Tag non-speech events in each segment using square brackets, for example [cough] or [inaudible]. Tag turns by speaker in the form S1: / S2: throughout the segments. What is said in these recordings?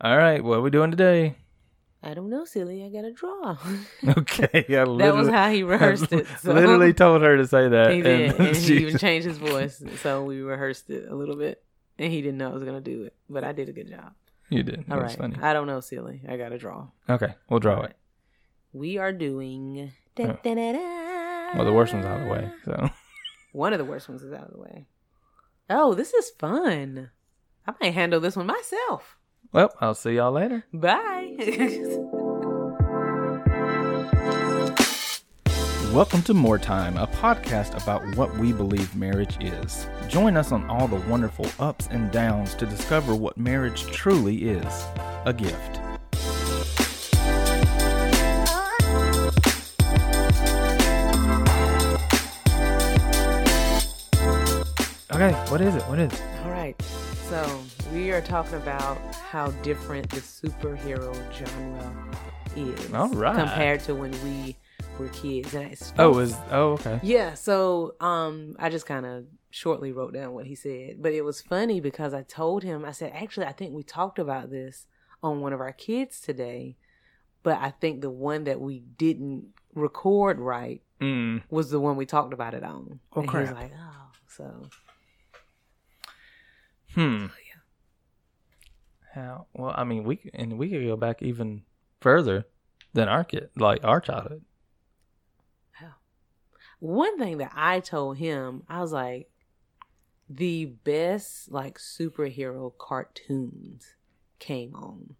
S1: All right, what are we doing today? [laughs]
S2: I don't know, silly. I gotta draw. [laughs]
S1: Okay, I
S2: that was
S1: literally, [laughs]
S2: how he rehearsed it. So.
S1: literally
S2: [laughs]
S1: told her to say that.
S2: he did,
S1: and- [laughs]
S2: and he even
S1: Jesus.
S2: changed his voice. So we rehearsed it a little bit, and he didn't know I was gonna do it, but I did a good job.
S1: You did.
S2: All
S1: That's
S2: right,
S1: funny.
S2: I don't know, silly. I gotta draw.
S1: Okay, we'll draw it.
S2: We
S1: [laughs]
S2: are doing.
S1: Oh.
S2: Da-da-da-da.
S1: Well, the worst one's out of the way. So [laughs]
S2: One of the worst ones is out of the way. Oh, this is fun. I might handle this one myself.
S1: well, I'll see y'all later.
S2: Bye. [laughs]
S1: Welcome to More Time, a podcast about what we believe marriage is. Join us on all the wonderful ups and downs to discover what marriage truly is a gift. Okay, what is it? What is it?
S2: All right. So we are talking about how different the superhero genre is
S1: All right.
S2: compared to when we were kids. And it's
S1: Oh, is oh okay.
S2: yeah. So um, I just kind of shortly wrote down what he said, but it was funny because I told him I said actually I think we talked about this on one of our kids today, but I think the one that we didn't record right
S1: Mm.
S2: was the one we talked about it on.
S1: Oh,
S2: and he was
S1: crap.
S2: like, oh, so
S1: Hmm. How? Well, I mean, we and we could go back even further than our kid, like our childhood.
S2: one thing that I told him, I was like, the best like superhero cartoons came on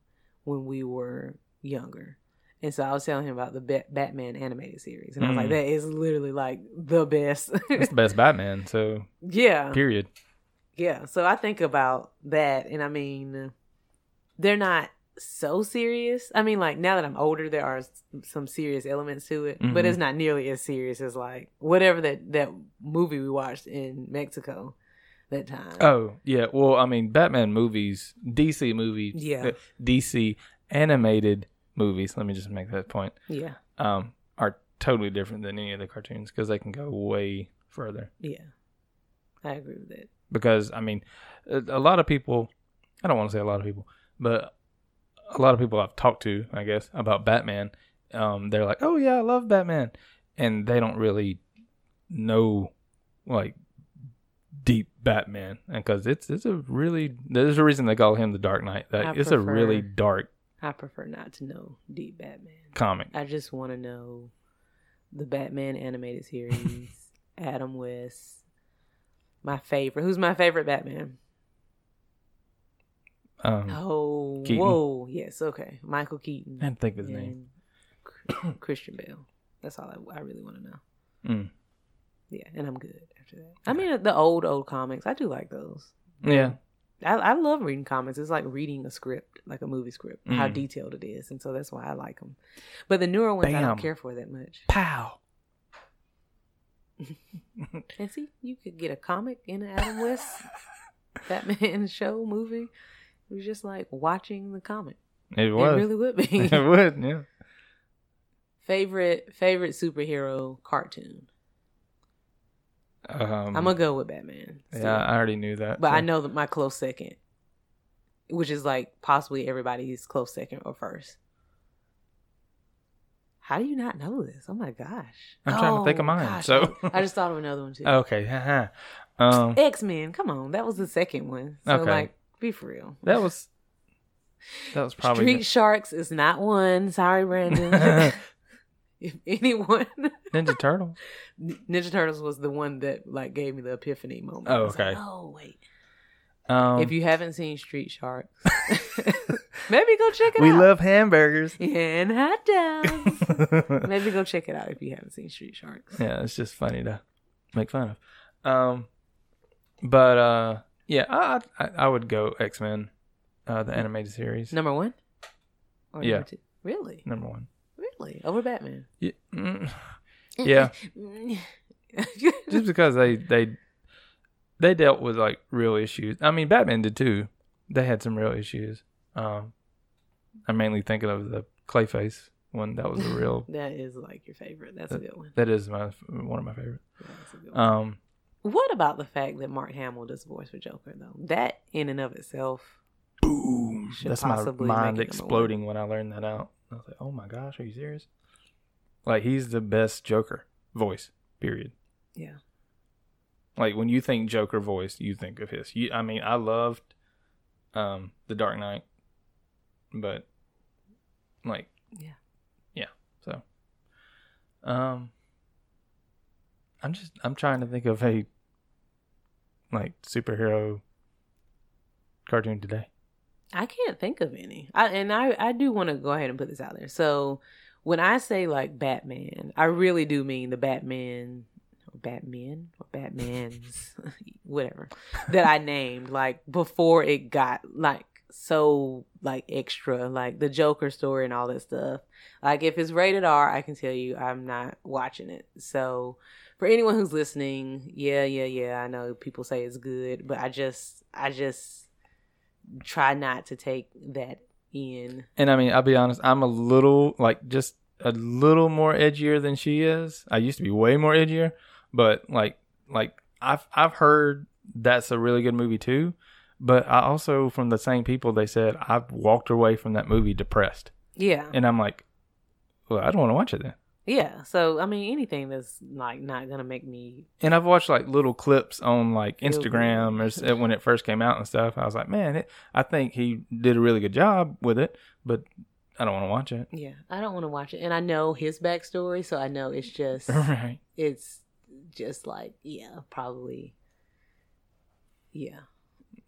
S2: when we were younger. And so I was telling him about the Bat- Batman animated series. And I was
S1: Mm.
S2: like, that is literally like the best.
S1: That's the best Batman. So
S2: [laughs] yeah.
S1: period.
S2: Yeah, so I think about that, and I mean, they're not so serious. I mean, like now that I'm older, there are s- some serious elements to it,
S1: Mhm.
S2: but it's not nearly as serious as like whatever that that movie we watched in Mexico that time.
S1: Oh yeah. Well, I mean, Batman movies, DC movies,
S2: Yeah.
S1: uh, DC animated movies. Let me just make that point.
S2: yeah,
S1: Um, are totally different than any of the cartoons because they can go way further.
S2: yeah, I agree with that.
S1: because I mean, a, a lot of people, I don't want to say a lot of people, but a lot of people I've talked to, I guess, about Batman, um, they're like, oh yeah, I love Batman. And they don't really know, like, deep Batman. And because it's, it's a really, there's a reason they call him the Dark Knight. That,
S2: I
S1: it's a really
S2: prefer-
S1: dark
S2: I prefer not to know deep Batman.
S1: comic.
S2: I just want to know the Batman animated series, Adam West, my favorite. Who's my favorite Batman?
S1: Um,
S2: Oh,
S1: Keaton.
S2: whoa, yes, okay, Michael Keaton.
S1: I didn't think of his name.
S2: and Chr- Christian Bale. That's all I, I really want to know.
S1: Mm.
S2: Yeah, and I'm good after that. I mean, the old old comics, I do like those.
S1: Yeah.
S2: I, I love reading comics. It's like reading a script, like a movie script, how
S1: Mm.
S2: detailed it is, and so that's why I like them. But the newer ones, I
S1: Bam.
S2: don't care for that much.
S1: Pow.
S2: And see, you could get a comic in an Adam West
S1: [laughs]
S2: Batman show movie. It was just like watching the comic.
S1: It
S2: It,
S1: was. [laughs]
S2: really would be.
S1: it would, yeah.
S2: favorite favorite superhero cartoon.
S1: Um,
S2: I'm gonna go with Batman. still.
S1: yeah, I already knew that.
S2: but
S1: so-
S2: I know that my close second, which is like possibly everybody's close second or first. How do you not know this? Oh my gosh!
S1: I'm trying to think of
S2: Oh,
S1: mine,
S2: gosh.
S1: so-
S2: [laughs] I just thought of another one too.
S1: Oh, Okay. [laughs] haha. um,
S2: X Men. Come on, that was the second one. So
S1: Okay.
S2: like, be for real.
S1: that was that was probably
S2: Street Sharks is not one. Sorry, Brandon.
S1: [laughs]
S2: [laughs] if anyone,
S1: Ninja Turtle.
S2: Ninja Turtles was the one that like gave me the epiphany moment.
S1: Oh,
S2: I was like,
S1: okay.
S2: oh wait.
S1: Um,
S2: if you haven't seen Street Sharks, [laughs] maybe go check it
S1: we
S2: out.
S1: love [laughs] hamburgers.
S2: and hot
S1: [laughs]
S2: dogs.
S1: yeah,
S2: maybe go check it out if you haven't seen Street Sharks.
S1: it's just funny to make fun of. Um, but uh, yeah, I I, I would go X Men, uh, the animated series
S2: Number one. Or
S1: Yeah.
S2: Number two? Really,
S1: number one.
S2: really over Batman.
S1: Yeah, mm, Yeah. just because they they they dealt with like real issues. I mean, Batman did too. They had some real issues. Um, I'm mainly thinking of the Clayface one. That was a
S2: [laughs]
S1: real.
S2: [laughs] that is like your favorite. That's a good one.
S1: that is my one of my favorite.
S2: That's a good one.
S1: Um,
S2: what about the fact that Mark Hamill does a voice for Joker though? That in and of itself
S1: boom.
S2: should
S1: That's my
S2: possibly
S1: mind
S2: make it number one.
S1: exploding when I learned that out. I was like, oh my gosh, are you serious? Like, he's the best Joker voice, period.
S2: Yeah.
S1: Like, when you think Joker voice, you think of his. You, I mean, I loved um, The Dark Knight, but, like,
S2: Yeah.
S1: Yeah. So, um, I'm just, I'm trying to think of a, like, superhero cartoon today.
S2: I can't think of any. I, and I, I do want to go ahead and put this out there. So when I say like Batman, I really do mean the Batman or Batman or Batman's [laughs] whatever that I named like before it got like so like extra like the Joker story and all that stuff. Like if it's rated R, I can tell you I'm not watching it. So for anyone who's listening, yeah, yeah, yeah, I know people say it's good, but I just I just try not to take that in.
S1: And I mean, I'll be honest, I'm a little like just a little more edgier than she is. I used to be way more edgier, but like like I've I've heard that's a really good movie too. But I also from the same people they said I've walked away from that movie depressed.
S2: Yeah.
S1: And I'm like, well, I don't want to watch it then.
S2: Yeah. So I mean anything that's like not gonna make me
S1: And I've watched like little clips on like
S2: Feel
S1: Instagram or
S2: good.
S1: s- when it first came out and stuff. I was like, man, it, I think he did a really good job with it, but I don't want to watch it. [laughs]
S2: Yeah. I don't wanna watch it. And I know his backstory, so I know it's just
S1: right.
S2: it's just like, yeah, probably yeah.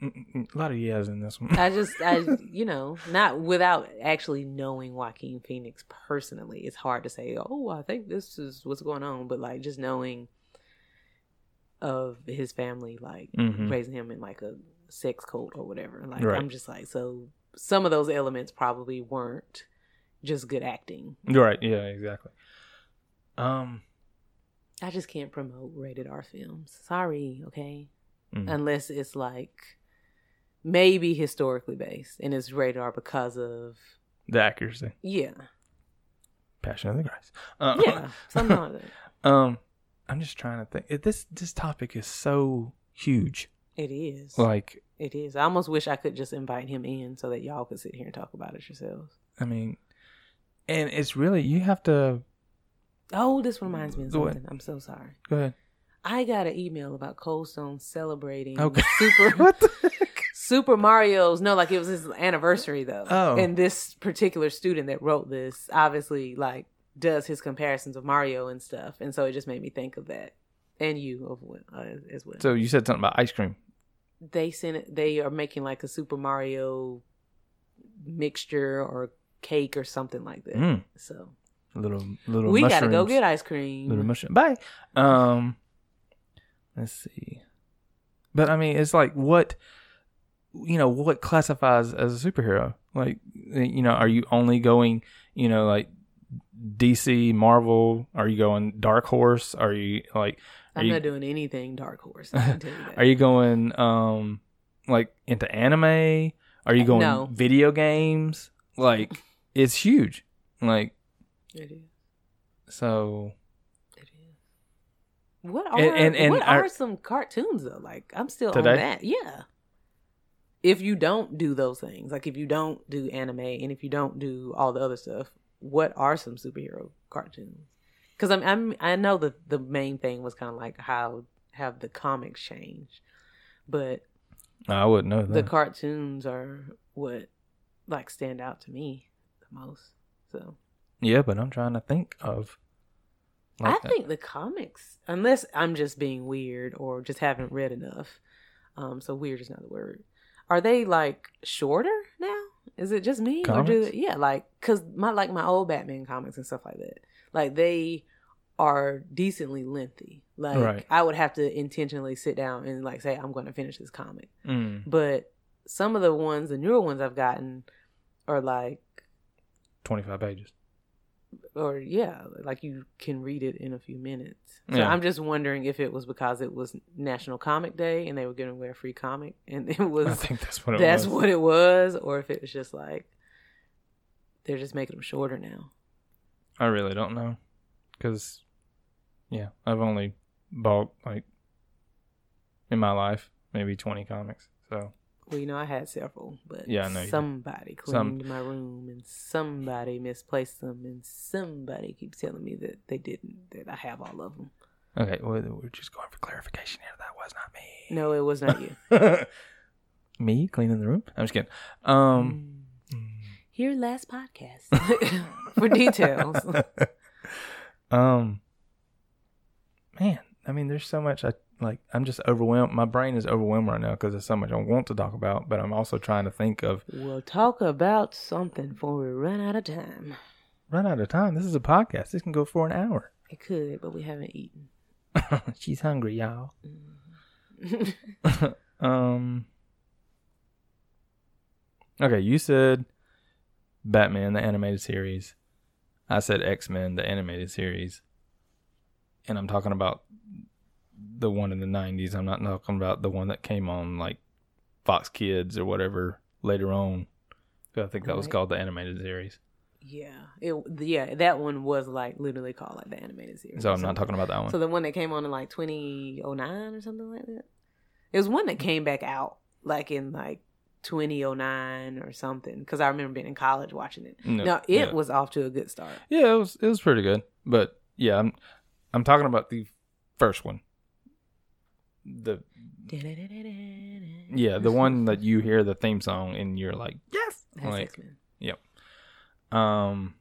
S1: Mm-mm, A lot of yeahs in this one. [laughs]
S2: I just, I, [laughs] you know, not without actually knowing Joaquin Phoenix personally, it's hard to say, oh, I think this is what's going on. But like just knowing of his family, like
S1: Mhm.
S2: raising him in like a sex cult or whatever. Like
S1: Right.
S2: I'm just like, so some of those elements probably weren't just good acting.
S1: Right. Yeah. Exactly. Um.
S2: I just can't promote rated R films. Sorry, okay?
S1: mm,
S2: unless it's like maybe historically based and it's radar because of
S1: the accuracy,
S2: yeah
S1: Passion of the Christ. Uh,
S2: yeah something like that
S1: [laughs] um. I'm just trying to think. It- This this topic is so huge.
S2: it is
S1: Like,
S2: it is i almost wish i could just invite him in so that y'all could sit here and talk about it yourselves
S1: I mean, and it's really you have to
S2: oh this reminds me of
S1: Do it.
S2: something i'm so sorry
S1: go
S2: [laughs]
S1: ahead.
S2: i got an email about cold stone celebrating
S1: Okay. [laughs]
S2: super
S1: what the heck?
S2: super mario's no like it was his anniversary though
S1: Oh.
S2: and this particular student that wrote this obviously like does his comparisons of mario and stuff and so it just made me think of that and you of what uh, as well
S1: So you said something about ice
S2: [laughs]
S1: cream.
S2: they sent it, they are making like a Super Mario mixture or cake or something like that.
S1: Mm,
S2: So
S1: little little.
S2: we gotta go
S1: mushrooms.
S2: get ice cream.
S1: little mushroom. Bye. Um, let's see. But I mean, it's like what you know what classifies as a superhero. Like eh, you know, are you only going you know like DC, Marvel? Are you going Dark Horse? Are you like are
S2: I'm
S1: you
S2: not doing anything Dark Horse. I
S1: [laughs]
S2: can tell you that.
S1: are you going um like into anime? Are you going
S2: No.
S1: video games? Like
S2: [laughs]
S1: it's huge. Like
S2: It is.
S1: so.
S2: It is. What are
S1: And- and- and
S2: what
S1: our-
S2: are some cartoons though? Like I'm still
S1: Today?
S2: on that. Yeah. If you don't do those things, like if you don't do anime and if you don't do all the other stuff, what are some superhero cartoons? Because I'm, I'm I know that the main thing was kind of like how have the comics changed, but
S1: I wouldn't know that.
S2: the cartoons are what like stand out to me the most. So
S1: Yeah, but I'm trying to think of. like,
S2: I think the comics, unless I'm just being weird or just haven't read enough. Um, so weird is not the word. Are they like shorter now? Is it just me or do
S1: Comics?
S2: yeah, like cuz my like my old Batman comics and stuff like that. Like they are decently lengthy. Like
S1: Right.
S2: I would have to intentionally sit down and like say I'm going to finish this comic.
S1: Mm.
S2: But some of the ones, the newer ones I've gotten are like
S1: 25 pages.
S2: or yeah, like you can read it in a few minutes. So
S1: Yeah.
S2: I'm just wondering if it was because it was National Comic Day and they were giving away a free comic, and it [laughs]
S1: I
S2: was
S1: think that's what it
S2: that's
S1: was.
S2: what it was, or if it was just like they're just making them shorter now.
S1: I really don't know. Because, yeah, I've only bought, like, in my life, maybe 20 comics. So
S2: Well, you know, I had several, but
S1: Yeah, I know you did.
S2: somebody
S1: Some-
S2: cleaned my room and somebody misplaced them and somebody keeps telling me that they didn't, that I have all of them.
S1: Okay, well, we're just going for clarification here. That was not me.
S2: No, it was not you.
S1: [laughs] me cleaning the room? I'm just kidding. Um,
S2: Hear last podcast [laughs] for details.
S1: [laughs] um, man, I mean, there's so much. I like. I'm just overwhelmed. My brain is overwhelmed right now because there's so much I want to talk about, but I'm also trying to think of
S2: We'll talk about something before we run out of time.
S1: run out of time. This is a podcast. This can go for an hour. [laughs]
S2: It could, but we haven't eaten.
S1: She's hungry, y'all.
S2: Mm. [laughs]
S1: um. Okay, you said Batman the animated series. I said X Men the animated series, and I'm talking about the one in the '90s. I'm not talking about the one that came on like Fox Kids or whatever later on. 'Cause I think that was
S2: Right.
S1: called the animated series.
S2: yeah, it. Yeah, that one was like literally called like the animated series.
S1: So
S2: or
S1: I'm not
S2: something.
S1: talking about that one.
S2: So the one that came on in like 2009 or something like that. It was one that came back out like in like 2009 or something because I remember being in college watching it.
S1: No,
S2: now it
S1: yeah.
S2: was off to a good start.
S1: Yeah, it was it was pretty good. But yeah, I'm I'm talking about the first one. The yeah, the one that you hear the theme song and you're like, yes,
S2: That's
S1: like
S2: X-Men.
S1: um.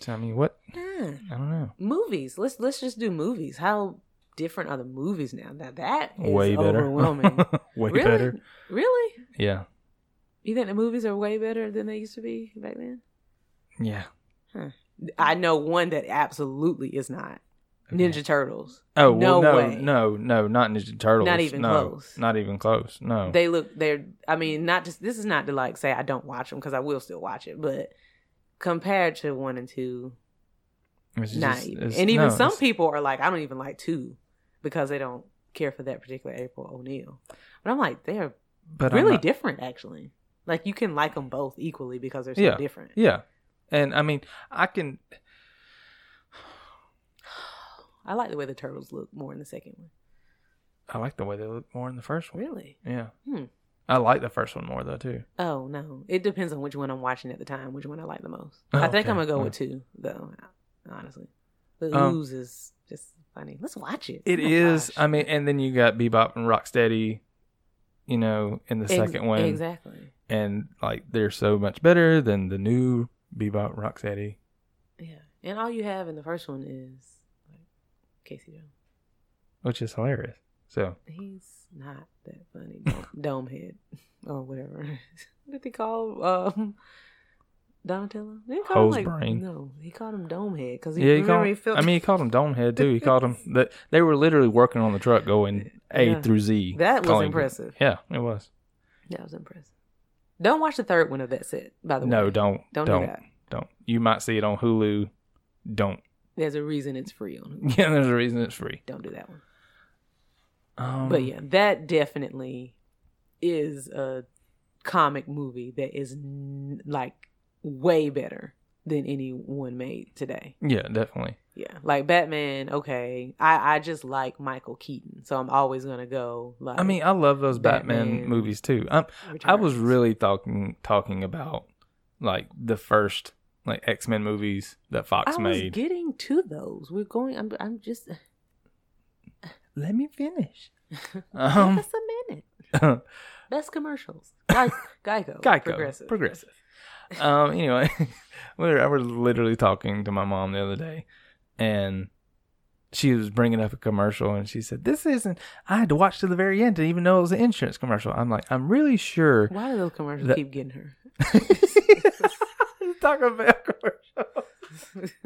S1: So I mean, what
S2: Ah,
S1: I don't know.
S2: movies. Let's let's just do movies. How different are the movies now? Now that is
S1: way better.
S2: overwhelming.
S1: [laughs] way
S2: really?
S1: better.
S2: Really?
S1: Yeah.
S2: You think the movies are way better than they used to be back then?
S1: Yeah.
S2: I know one that absolutely is not.
S1: Okay.
S2: Ninja Turtles.
S1: Oh well,
S2: No
S1: no,
S2: way.
S1: no, no, not Ninja Turtles.
S2: Not even
S1: no,
S2: close.
S1: Not even close. No.
S2: They look they're I mean, not just this is not to like say I don't watch them because I will still watch it, but compared to one and two,
S1: It's just-
S2: not even.
S1: it's-
S2: And even
S1: no,
S2: some
S1: it's-
S2: people are like, I don't even like two because they don't care for that particular April O'Neil. But I'm like, they're
S1: but I'm
S2: really
S1: not-
S2: different actually. Like you can like them both equally because they're so
S1: Yeah.
S2: different.
S1: Yeah, and I mean, I can
S2: I like the way the turtles look more in the second one.
S1: I like the way they look more in the first one.
S2: Really?
S1: Yeah.
S2: Hmm.
S1: I like the first one more though too.
S2: Oh no, it depends on which one I'm watching at the time, which one I like the most.
S1: Oh,
S2: I think
S1: okay.
S2: I'm gonna go
S1: Yeah.
S2: with two, though. Honestly, the
S1: Um,
S2: ooze is just funny. Let's watch it.
S1: It
S2: Oh
S1: is.
S2: my gosh.
S1: I mean, and then you got Bebop and Rocksteady, you know, in the
S2: Ex-
S1: second one,
S2: exactly.
S1: and like they're so much better than the new Bebop Rocksteady.
S2: Yeah, and all you have in the first one is like Casey Jones.
S1: which is hilarious. So
S2: He's not that funny. Dome,
S1: [laughs]
S2: dome head or whatever. [laughs] what did they call um, Donatello? They didn't call
S1: Hose
S2: him like
S1: brain.
S2: no. He called him dome head because
S1: yeah, he
S2: remember
S1: called,
S2: he felt.
S1: I mean, he called
S2: [laughs]
S1: him Domehead too. He called him that. They were literally working on the truck going A
S2: Yeah.
S1: through Z.
S2: that was
S1: calling-
S2: impressive.
S1: Yeah, it was.
S2: That was impressive. Don't watch the third one of that set, by the
S1: No,
S2: way.
S1: don't,
S2: Don't
S1: don't,
S2: do
S1: don't,
S2: that.
S1: You might see it on Hulu. Don't. [laughs]
S2: There's a reason it's free on Hulu.
S1: Yeah, there's a reason it's free.
S2: Don't do that one.
S1: Um,
S2: But yeah, that definitely is a comic movie that is n- like way better than anyone made today.
S1: yeah, definitely.
S2: Yeah. Like Batman, okay. I I just like Michael Keaton, so I'm always going to go like
S1: I mean, I love those Batman,
S2: Batman.
S1: movies too. Um, I was
S2: Returns.
S1: really talking talking about like the first like X Men movies that Fox
S2: I was
S1: made.
S2: getting to those. We're going I'm I'm just
S1: Let me finish.
S2: give
S1: [laughs] Um, [laughs]
S2: us a minute. Best commercials. Gy- Geico.
S1: Geico, progressive.
S2: Progressive.
S1: Progressive. um, anyway, [laughs] we were, I was literally talking to my mom the other day, and she was bringing up a commercial, and she said, "This isn't." I had to watch to the very end to even know it was an insurance commercial. I'm like, I'm really sure. [laughs]
S2: Why do those commercials
S1: That-
S2: keep
S1: [laughs]
S2: getting her?
S1: Taco Bell commercial.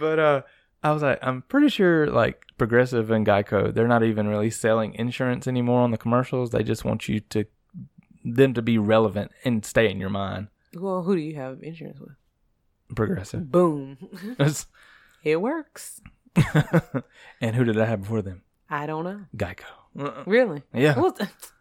S1: But uh, I was like, I'm pretty sure like Progressive and Geico, they're not even really selling insurance anymore on the commercials. They just want you to them to be relevant and stay in your mind.
S2: well, who do you have insurance with?
S1: Progressive. [laughs]
S2: Boom.
S1: That's-
S2: it works.
S1: and who did I have before them?
S2: I don't know.
S1: Geico. [laughs] Uh-uh.
S2: Really?
S1: Yeah. [laughs]
S2: Well,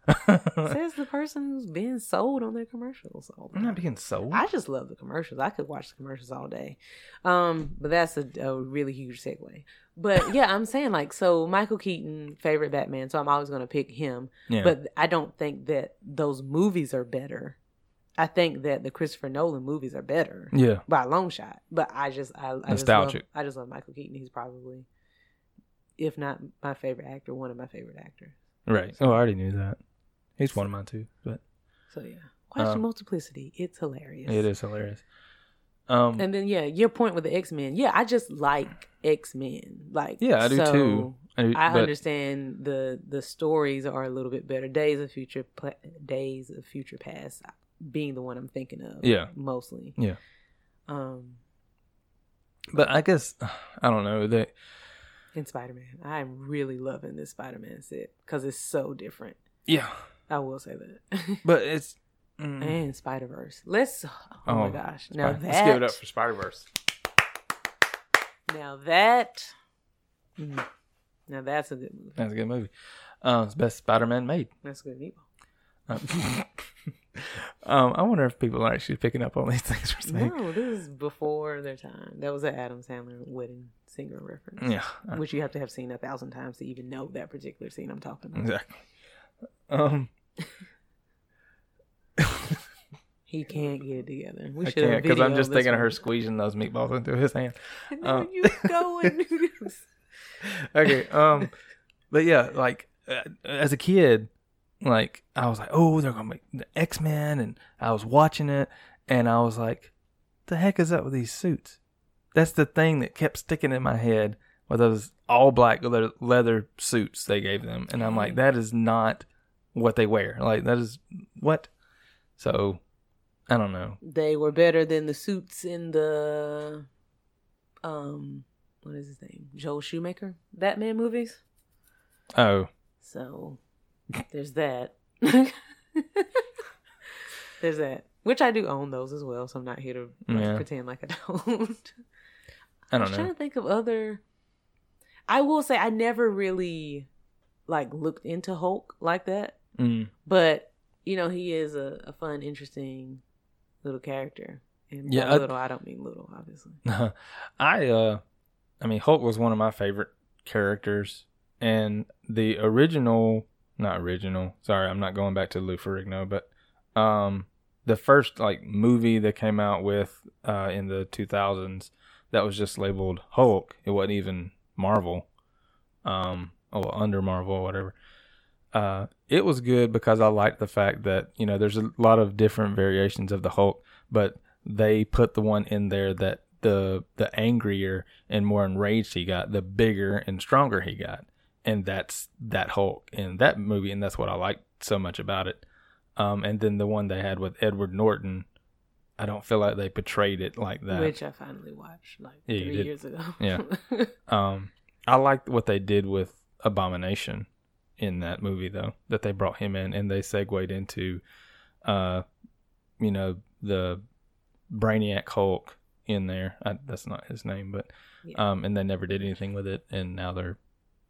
S2: [laughs]
S1: I'm
S2: says the person who's being sold on their commercials. All the
S1: not
S2: time.
S1: being sold.
S2: I just love the commercials. I could watch the commercials all day. Um, but that's a, a really huge segue.
S1: [laughs]
S2: But yeah, I'm saying like so Michael Keaton, favorite Batman, so I'm always gonna pick him.
S1: yeah.
S2: But I don't think that those movies are better. I think that the Christopher Nolan movies are better
S1: yeah.
S2: by a long shot. But I just I, I
S1: Nostalgic.
S2: Just love, I just love Michael Keaton. He's probably, if not my favorite actor, one of my favorite actors.
S1: Right. Oh, I already knew that. He's one of mine too, but
S2: So yeah, question
S1: Um,
S2: multiplicity. It's hilarious.
S1: it is hilarious. Um.
S2: And then yeah, your point with the X Men. Yeah, I just like X Men. Like
S1: yeah, I do
S2: so
S1: too.
S2: I
S1: but-
S2: understand the the stories are a little bit better. Days of Future Pla- Days of Future Past being the one I'm thinking of.
S1: Yeah.
S2: mostly.
S1: Yeah.
S2: Um,
S1: But I guess I don't know that.
S2: and Spider Man. I'm really loving this Spider Man set because it's so different.
S1: Yeah.
S2: I will say that. [laughs]
S1: But it's. mm.
S2: and Spider Verse. Let's. Oh, my
S1: Oh,
S2: gosh! Now
S1: Fine.
S2: that
S1: Let's give it up for Spider Verse.
S2: now that mm, now that's a good movie.
S1: That's a good movie. Um, it's the best Spider Man made.
S2: That's a good meatball.
S1: Um, [laughs] um, I wonder if people are actually picking up on these things we're saying.
S2: No, this is before their time. That was an Adam Sandler wedding singer reference,
S1: Yeah, uh,
S2: which you have to have seen a thousand times to even know that particular scene I'm talking about.
S1: exactly. Um,
S2: He can't get it together. We
S1: I
S2: should
S1: can't because I'm just thinking of her
S2: [laughs] school.
S1: squeezing those meatballs into his hand.
S2: No,
S1: um,
S2: you going?
S1: [laughs]
S2: [laughs]
S1: Okay. Um, but yeah, like uh, as a kid, like I was like, oh, they're gonna make the X Men, and I was watching it, and I was like, the heck is up with these suits? That's the thing that kept sticking in my head were those all black leather, leather suits they gave them, and I'm like, that is not what they wear. Like that is what. So, I don't know.
S2: they were better than the suits in the um, what is his name? Joel Shoemaker Batman movies.
S1: Oh,
S2: So there's
S1: [laughs]
S2: that. there's that. Which I do own those as well, so I'm not here to like,
S1: Yeah.
S2: pretend like I don't.
S1: I
S2: I
S1: don't
S2: was trying
S1: know.
S2: to think of other. I will say I never really like looked into Hulk like that,
S1: Mm,
S2: but you know he is a, a fun, interesting little character. And yeah,
S1: Yeah, I-
S2: little I don't mean little, obviously.
S1: [laughs] I uh I mean Hulk was one of my favorite characters and the original not original, sorry, I'm not going back to Lou Ferrigno, but um the first like movie that came out with uh in the 2000s that was just labeled Hulk. It wasn't even Marvel. Um or under Marvel or whatever. Uh it was good because I liked the fact that, you know, there's a lot of different variations of the Hulk, but they put the one in there that the the angrier and more enraged he got, the bigger and stronger he got, and that's that Hulk in that movie, and that's what I liked so much about it. Um, and then the one they had with Edward Norton, I don't feel like they portrayed it like that.
S2: Which I finally watched like
S1: Yeah, you
S2: three
S1: did.
S2: years ago. [laughs]
S1: Yeah. Um, I liked what they did with Abomination in that movie, though, that they brought him in and they segued into, uh, you know, the Brainiac Hulk in there. I, that's not his name, but
S2: Yeah.
S1: um, and they never did anything with it, and now they're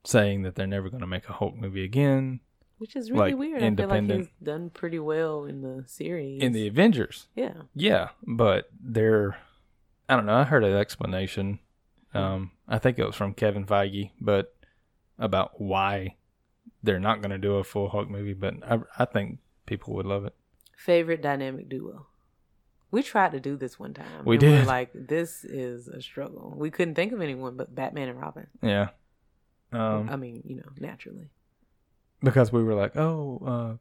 S1: saying that they're never going to make a Hulk movie again
S2: Which is really
S1: like,
S2: weird. I feel like
S1: independent-
S2: he's done pretty well in the series.
S1: in the Avengers.
S2: yeah.
S1: Yeah, but they're I don't know, I heard an explanation. Um I think it was from Kevin Feige, but about why they're not going to do a full Hulk movie, but I I think people would love it.
S2: favorite dynamic duo. We tried to do this one time.
S1: We
S2: and were
S1: did.
S2: like, this is a struggle. We couldn't think of anyone but Batman and Robin.
S1: Yeah.
S2: I
S1: Um
S2: mean, you know, naturally.
S1: because we were like, "Oh, uh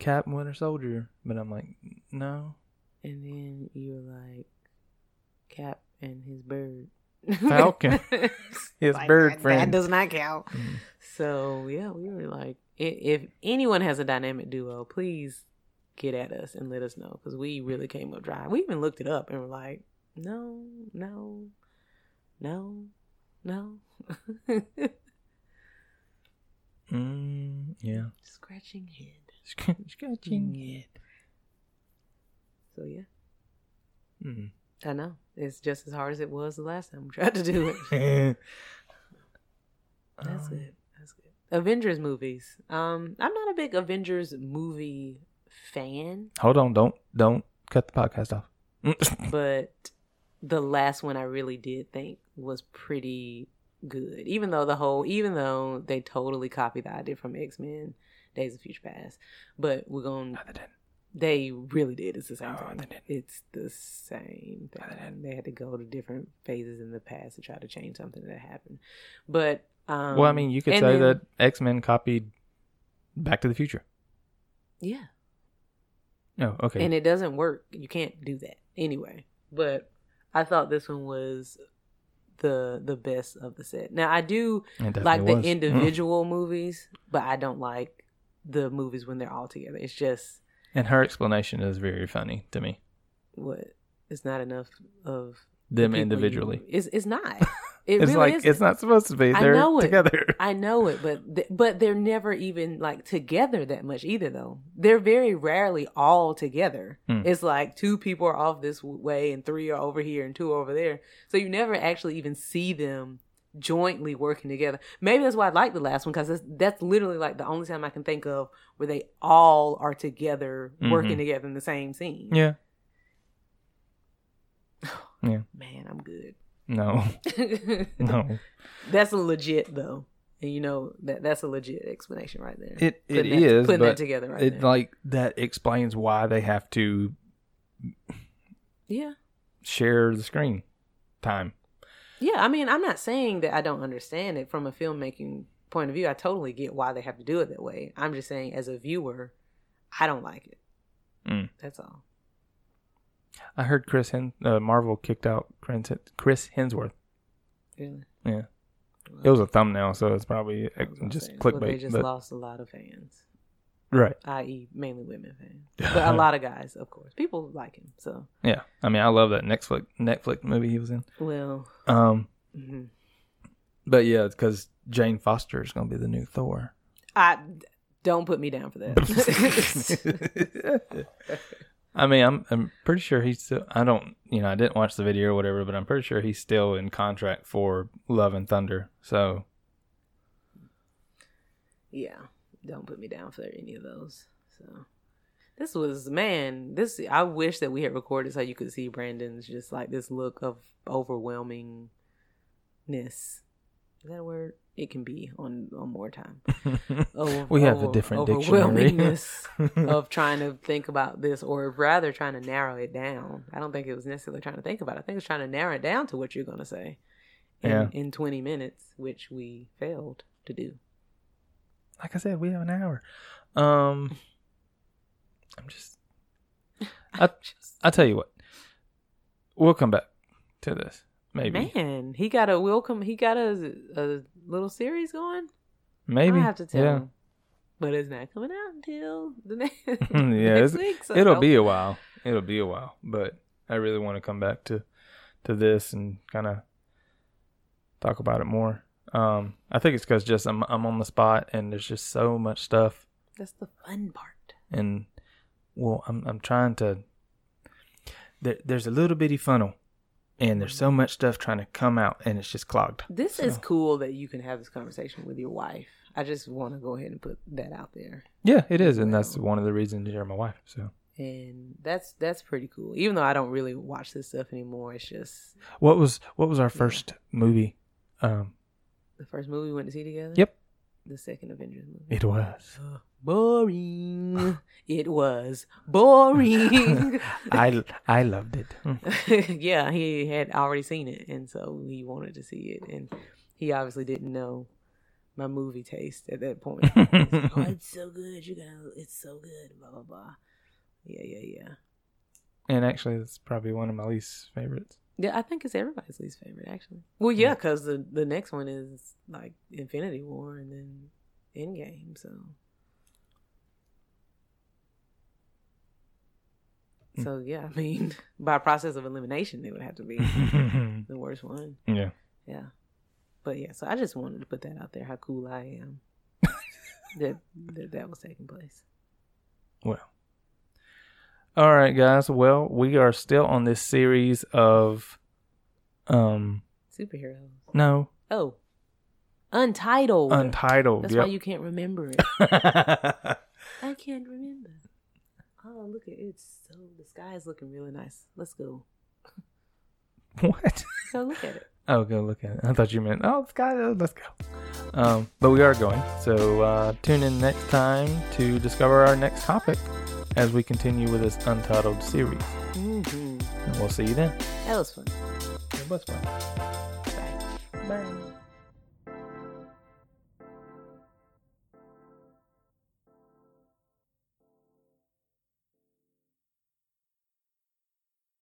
S1: Cap Winter Soldier," but I'm like, "No."
S2: And then you were like, Cap and his bird. [laughs]
S1: Falcon. His bird
S2: that, That
S1: friend.
S2: does not count.
S1: Mm.
S2: So, yeah, we were like, i- if anyone has a dynamic duo, please get at us and let us know because we really came up dry. We even looked it up and were like, no, no, no, no. [laughs]
S1: Mm, yeah.
S2: Scratching head.
S1: Scratching it.
S2: Mm-hmm. So, yeah,
S1: Mm.
S2: I know. It's just as hard as it [laughs] was the last time we tried to do it. That's
S1: Um,
S2: good. That's good. Avengers movies. Um, I'm not a big Avengers movie fan,
S1: Hold on, don't don't cut the podcast off. [laughs]
S2: but the last one I really did think was pretty good. Even though the whole, even though they totally copied the idea from X Men Days of Future Past, but we're going. to
S1: No, they didn't.
S2: They really did. It's the same
S1: No,
S2: thing.
S1: Oh, they didn't.
S2: It's the same
S1: No, they
S2: thing. They had to go to different phases in the past to try to change something that happened. But um,
S1: well, I mean, you could
S2: and
S1: say
S2: then-
S1: that X Men copied Back to the Future.
S2: Yeah.
S1: Oh, okay.
S2: and it doesn't work. You can't do that anyway. But I thought this one was the the best of the set. Now I do
S1: It
S2: like
S1: definitely
S2: the
S1: was. Mm.
S2: individual movies, but I don't like the movies when they're all together. It's just
S1: And her explanation is very funny to me.
S2: what it's not enough of
S1: Them
S2: people you-
S1: individually.
S2: It's
S1: [laughs]
S2: it's not. It
S1: it's
S2: really
S1: like
S2: isn't.
S1: it's not supposed to be.
S2: I
S1: They're
S2: know it.
S1: together. [laughs]
S2: I know it, but th- but they're never even like together that much either. Though they're very rarely all together.
S1: Mm.
S2: It's like two people are off this w- way, and three are over here, and two are over there. So you never actually even see them jointly working together. Maybe that's why I like the last one because that's, that's literally like the only time I can think of where they all are together working
S1: Mhm.
S2: together in the same scene.
S1: Yeah.
S2: Man, I'm good.
S1: No. [laughs] No.
S2: [laughs] that's a legit though, and you know that that's a legit explanation right there.
S1: It it
S2: Putting that-
S1: is.
S2: putting that
S1: But
S2: together right
S1: it
S2: there.
S1: like that explains why they have to
S2: yeah.
S1: share the screen time.
S2: Yeah, I mean, I'm not saying that I don't understand it from a filmmaking point of view. I totally get why they have to do it that way. I'm just saying, as a viewer, I don't like it.
S1: Mm.
S2: That's all.
S1: I heard Chris Hen- uh, Marvel kicked out Chris Hen- Chris Hensworth.
S2: Really.
S1: Yeah. It was a thumbnail, so it's probably uh,
S2: I was gonna
S1: just
S2: say,
S1: clickbait.
S2: Well, they just
S1: but-
S2: lost a lot of fans,
S1: right.
S2: i.e., mainly women fans, but a
S1: [laughs]
S2: lot of guys, of course. People like him. So,
S1: Yeah. I mean, I love that Netflix Netflix movie he was in.
S2: well,
S1: Um,
S2: mhm.
S1: but yeah, because Jane Foster is gonna be the new Thor.
S2: I don't put me down
S1: [laughs]
S2: for [laughs] that.
S1: I mean, I'm I'm pretty sure he's still. I don't, you know, I didn't watch the video or whatever, but I'm pretty sure he's still in contract for Love and Thunder. So
S2: yeah, don't put me down for any of those. So this was man, this I wish that we had recorded so you could see Brandon's just like this look of overwhelmingness. Is that a word? It can be on on more time. Over-
S1: [laughs] We have a
S2: over-
S1: different dictionary. [laughs]
S2: overwhelmingness
S1: Uh,
S2: of trying to think about this, or rather trying to narrow it down. I don't think it was necessarily trying to think about. it. I think it's trying to narrow it down to what you're going to say. In,
S1: Yeah.
S2: in 20 minutes, which we failed to do.
S1: like I said, we have an hour. Um, I'm just.
S2: [laughs]
S1: I I tell you what, we'll come back to this maybe
S2: Man, he got a welcome. He got a, a little series going.
S1: maybe
S2: I have to tell
S1: yeah.
S2: him, but it's not coming out until
S1: [laughs]
S2: the [laughs] next,
S1: Mm, it's-
S2: next week. So
S1: It'll
S2: don't-
S1: be a while. It'll be a while, but I really want to come back to to this and kind of talk about it more. Um, I think it's because just I'm I'm on the spot and there's just so much stuff
S2: that's the fun part.
S1: and well I'm I'm trying to. There, there's a little bitty funnel, and there's so much stuff trying to come out and it's just clogged.
S2: This is
S1: So-
S2: cool that you can have this conversation with your wife. I just want to go ahead and put that out there,
S1: Yeah, it is, and that's one of the reasons you're my wife. So
S2: and that's that's pretty cool. Even though I don't really watch this stuff anymore, it's just
S1: what was what was our first movie? Um,
S2: the first movie we went to see together.
S1: Yep.
S2: the second Avengers movie.
S1: it was.
S2: boring. [laughs] it was boring.
S1: [laughs] I I loved it. Mm.
S2: [laughs] yeah, he had already seen it, and so he wanted to see it, and he obviously didn't know my movie taste at that
S1: [laughs]
S2: point. He's like, oh, it's so good! You're gonna, it's so good. Blah blah blah. Yeah, yeah, yeah.
S1: [laughs] And actually, it's probably one of my least favorites. [laughs]
S2: Yeah, I think it's everybody's least favorite, actually. Well, yeah, because the the next one is like Infinity War, and then Endgame. So,
S1: Hmm.
S2: so yeah, I mean, [laughs] by process of elimination, it would have
S1: [laughs]
S2: to be
S1: yeah.
S2: the worst one. Yeah. But yeah, so I just wanted to put that out there how cool I [laughs] am that, that that was taking place.
S1: All right, guys. Well, we are still on this series of, um,
S2: Superheroes.
S1: no,
S2: Oh. Untitled.
S1: Untitled.
S2: That's
S1: yep.
S2: why you can't remember it.
S1: I
S2: I can't remember. Oh, look at it's so the sky is looking really nice. Let's go.
S1: [laughs] what?
S2: Go look at it.
S1: Oh, go look at it. I thought you meant oh, let's go. Let's go. Um, but we are going. So uh, tune in next time to discover our next topic as we continue with this untitled series.
S2: Mm-hmm.
S1: And we'll see you then.
S2: That was fun.
S1: It was fun.
S2: Bye.
S1: Bye.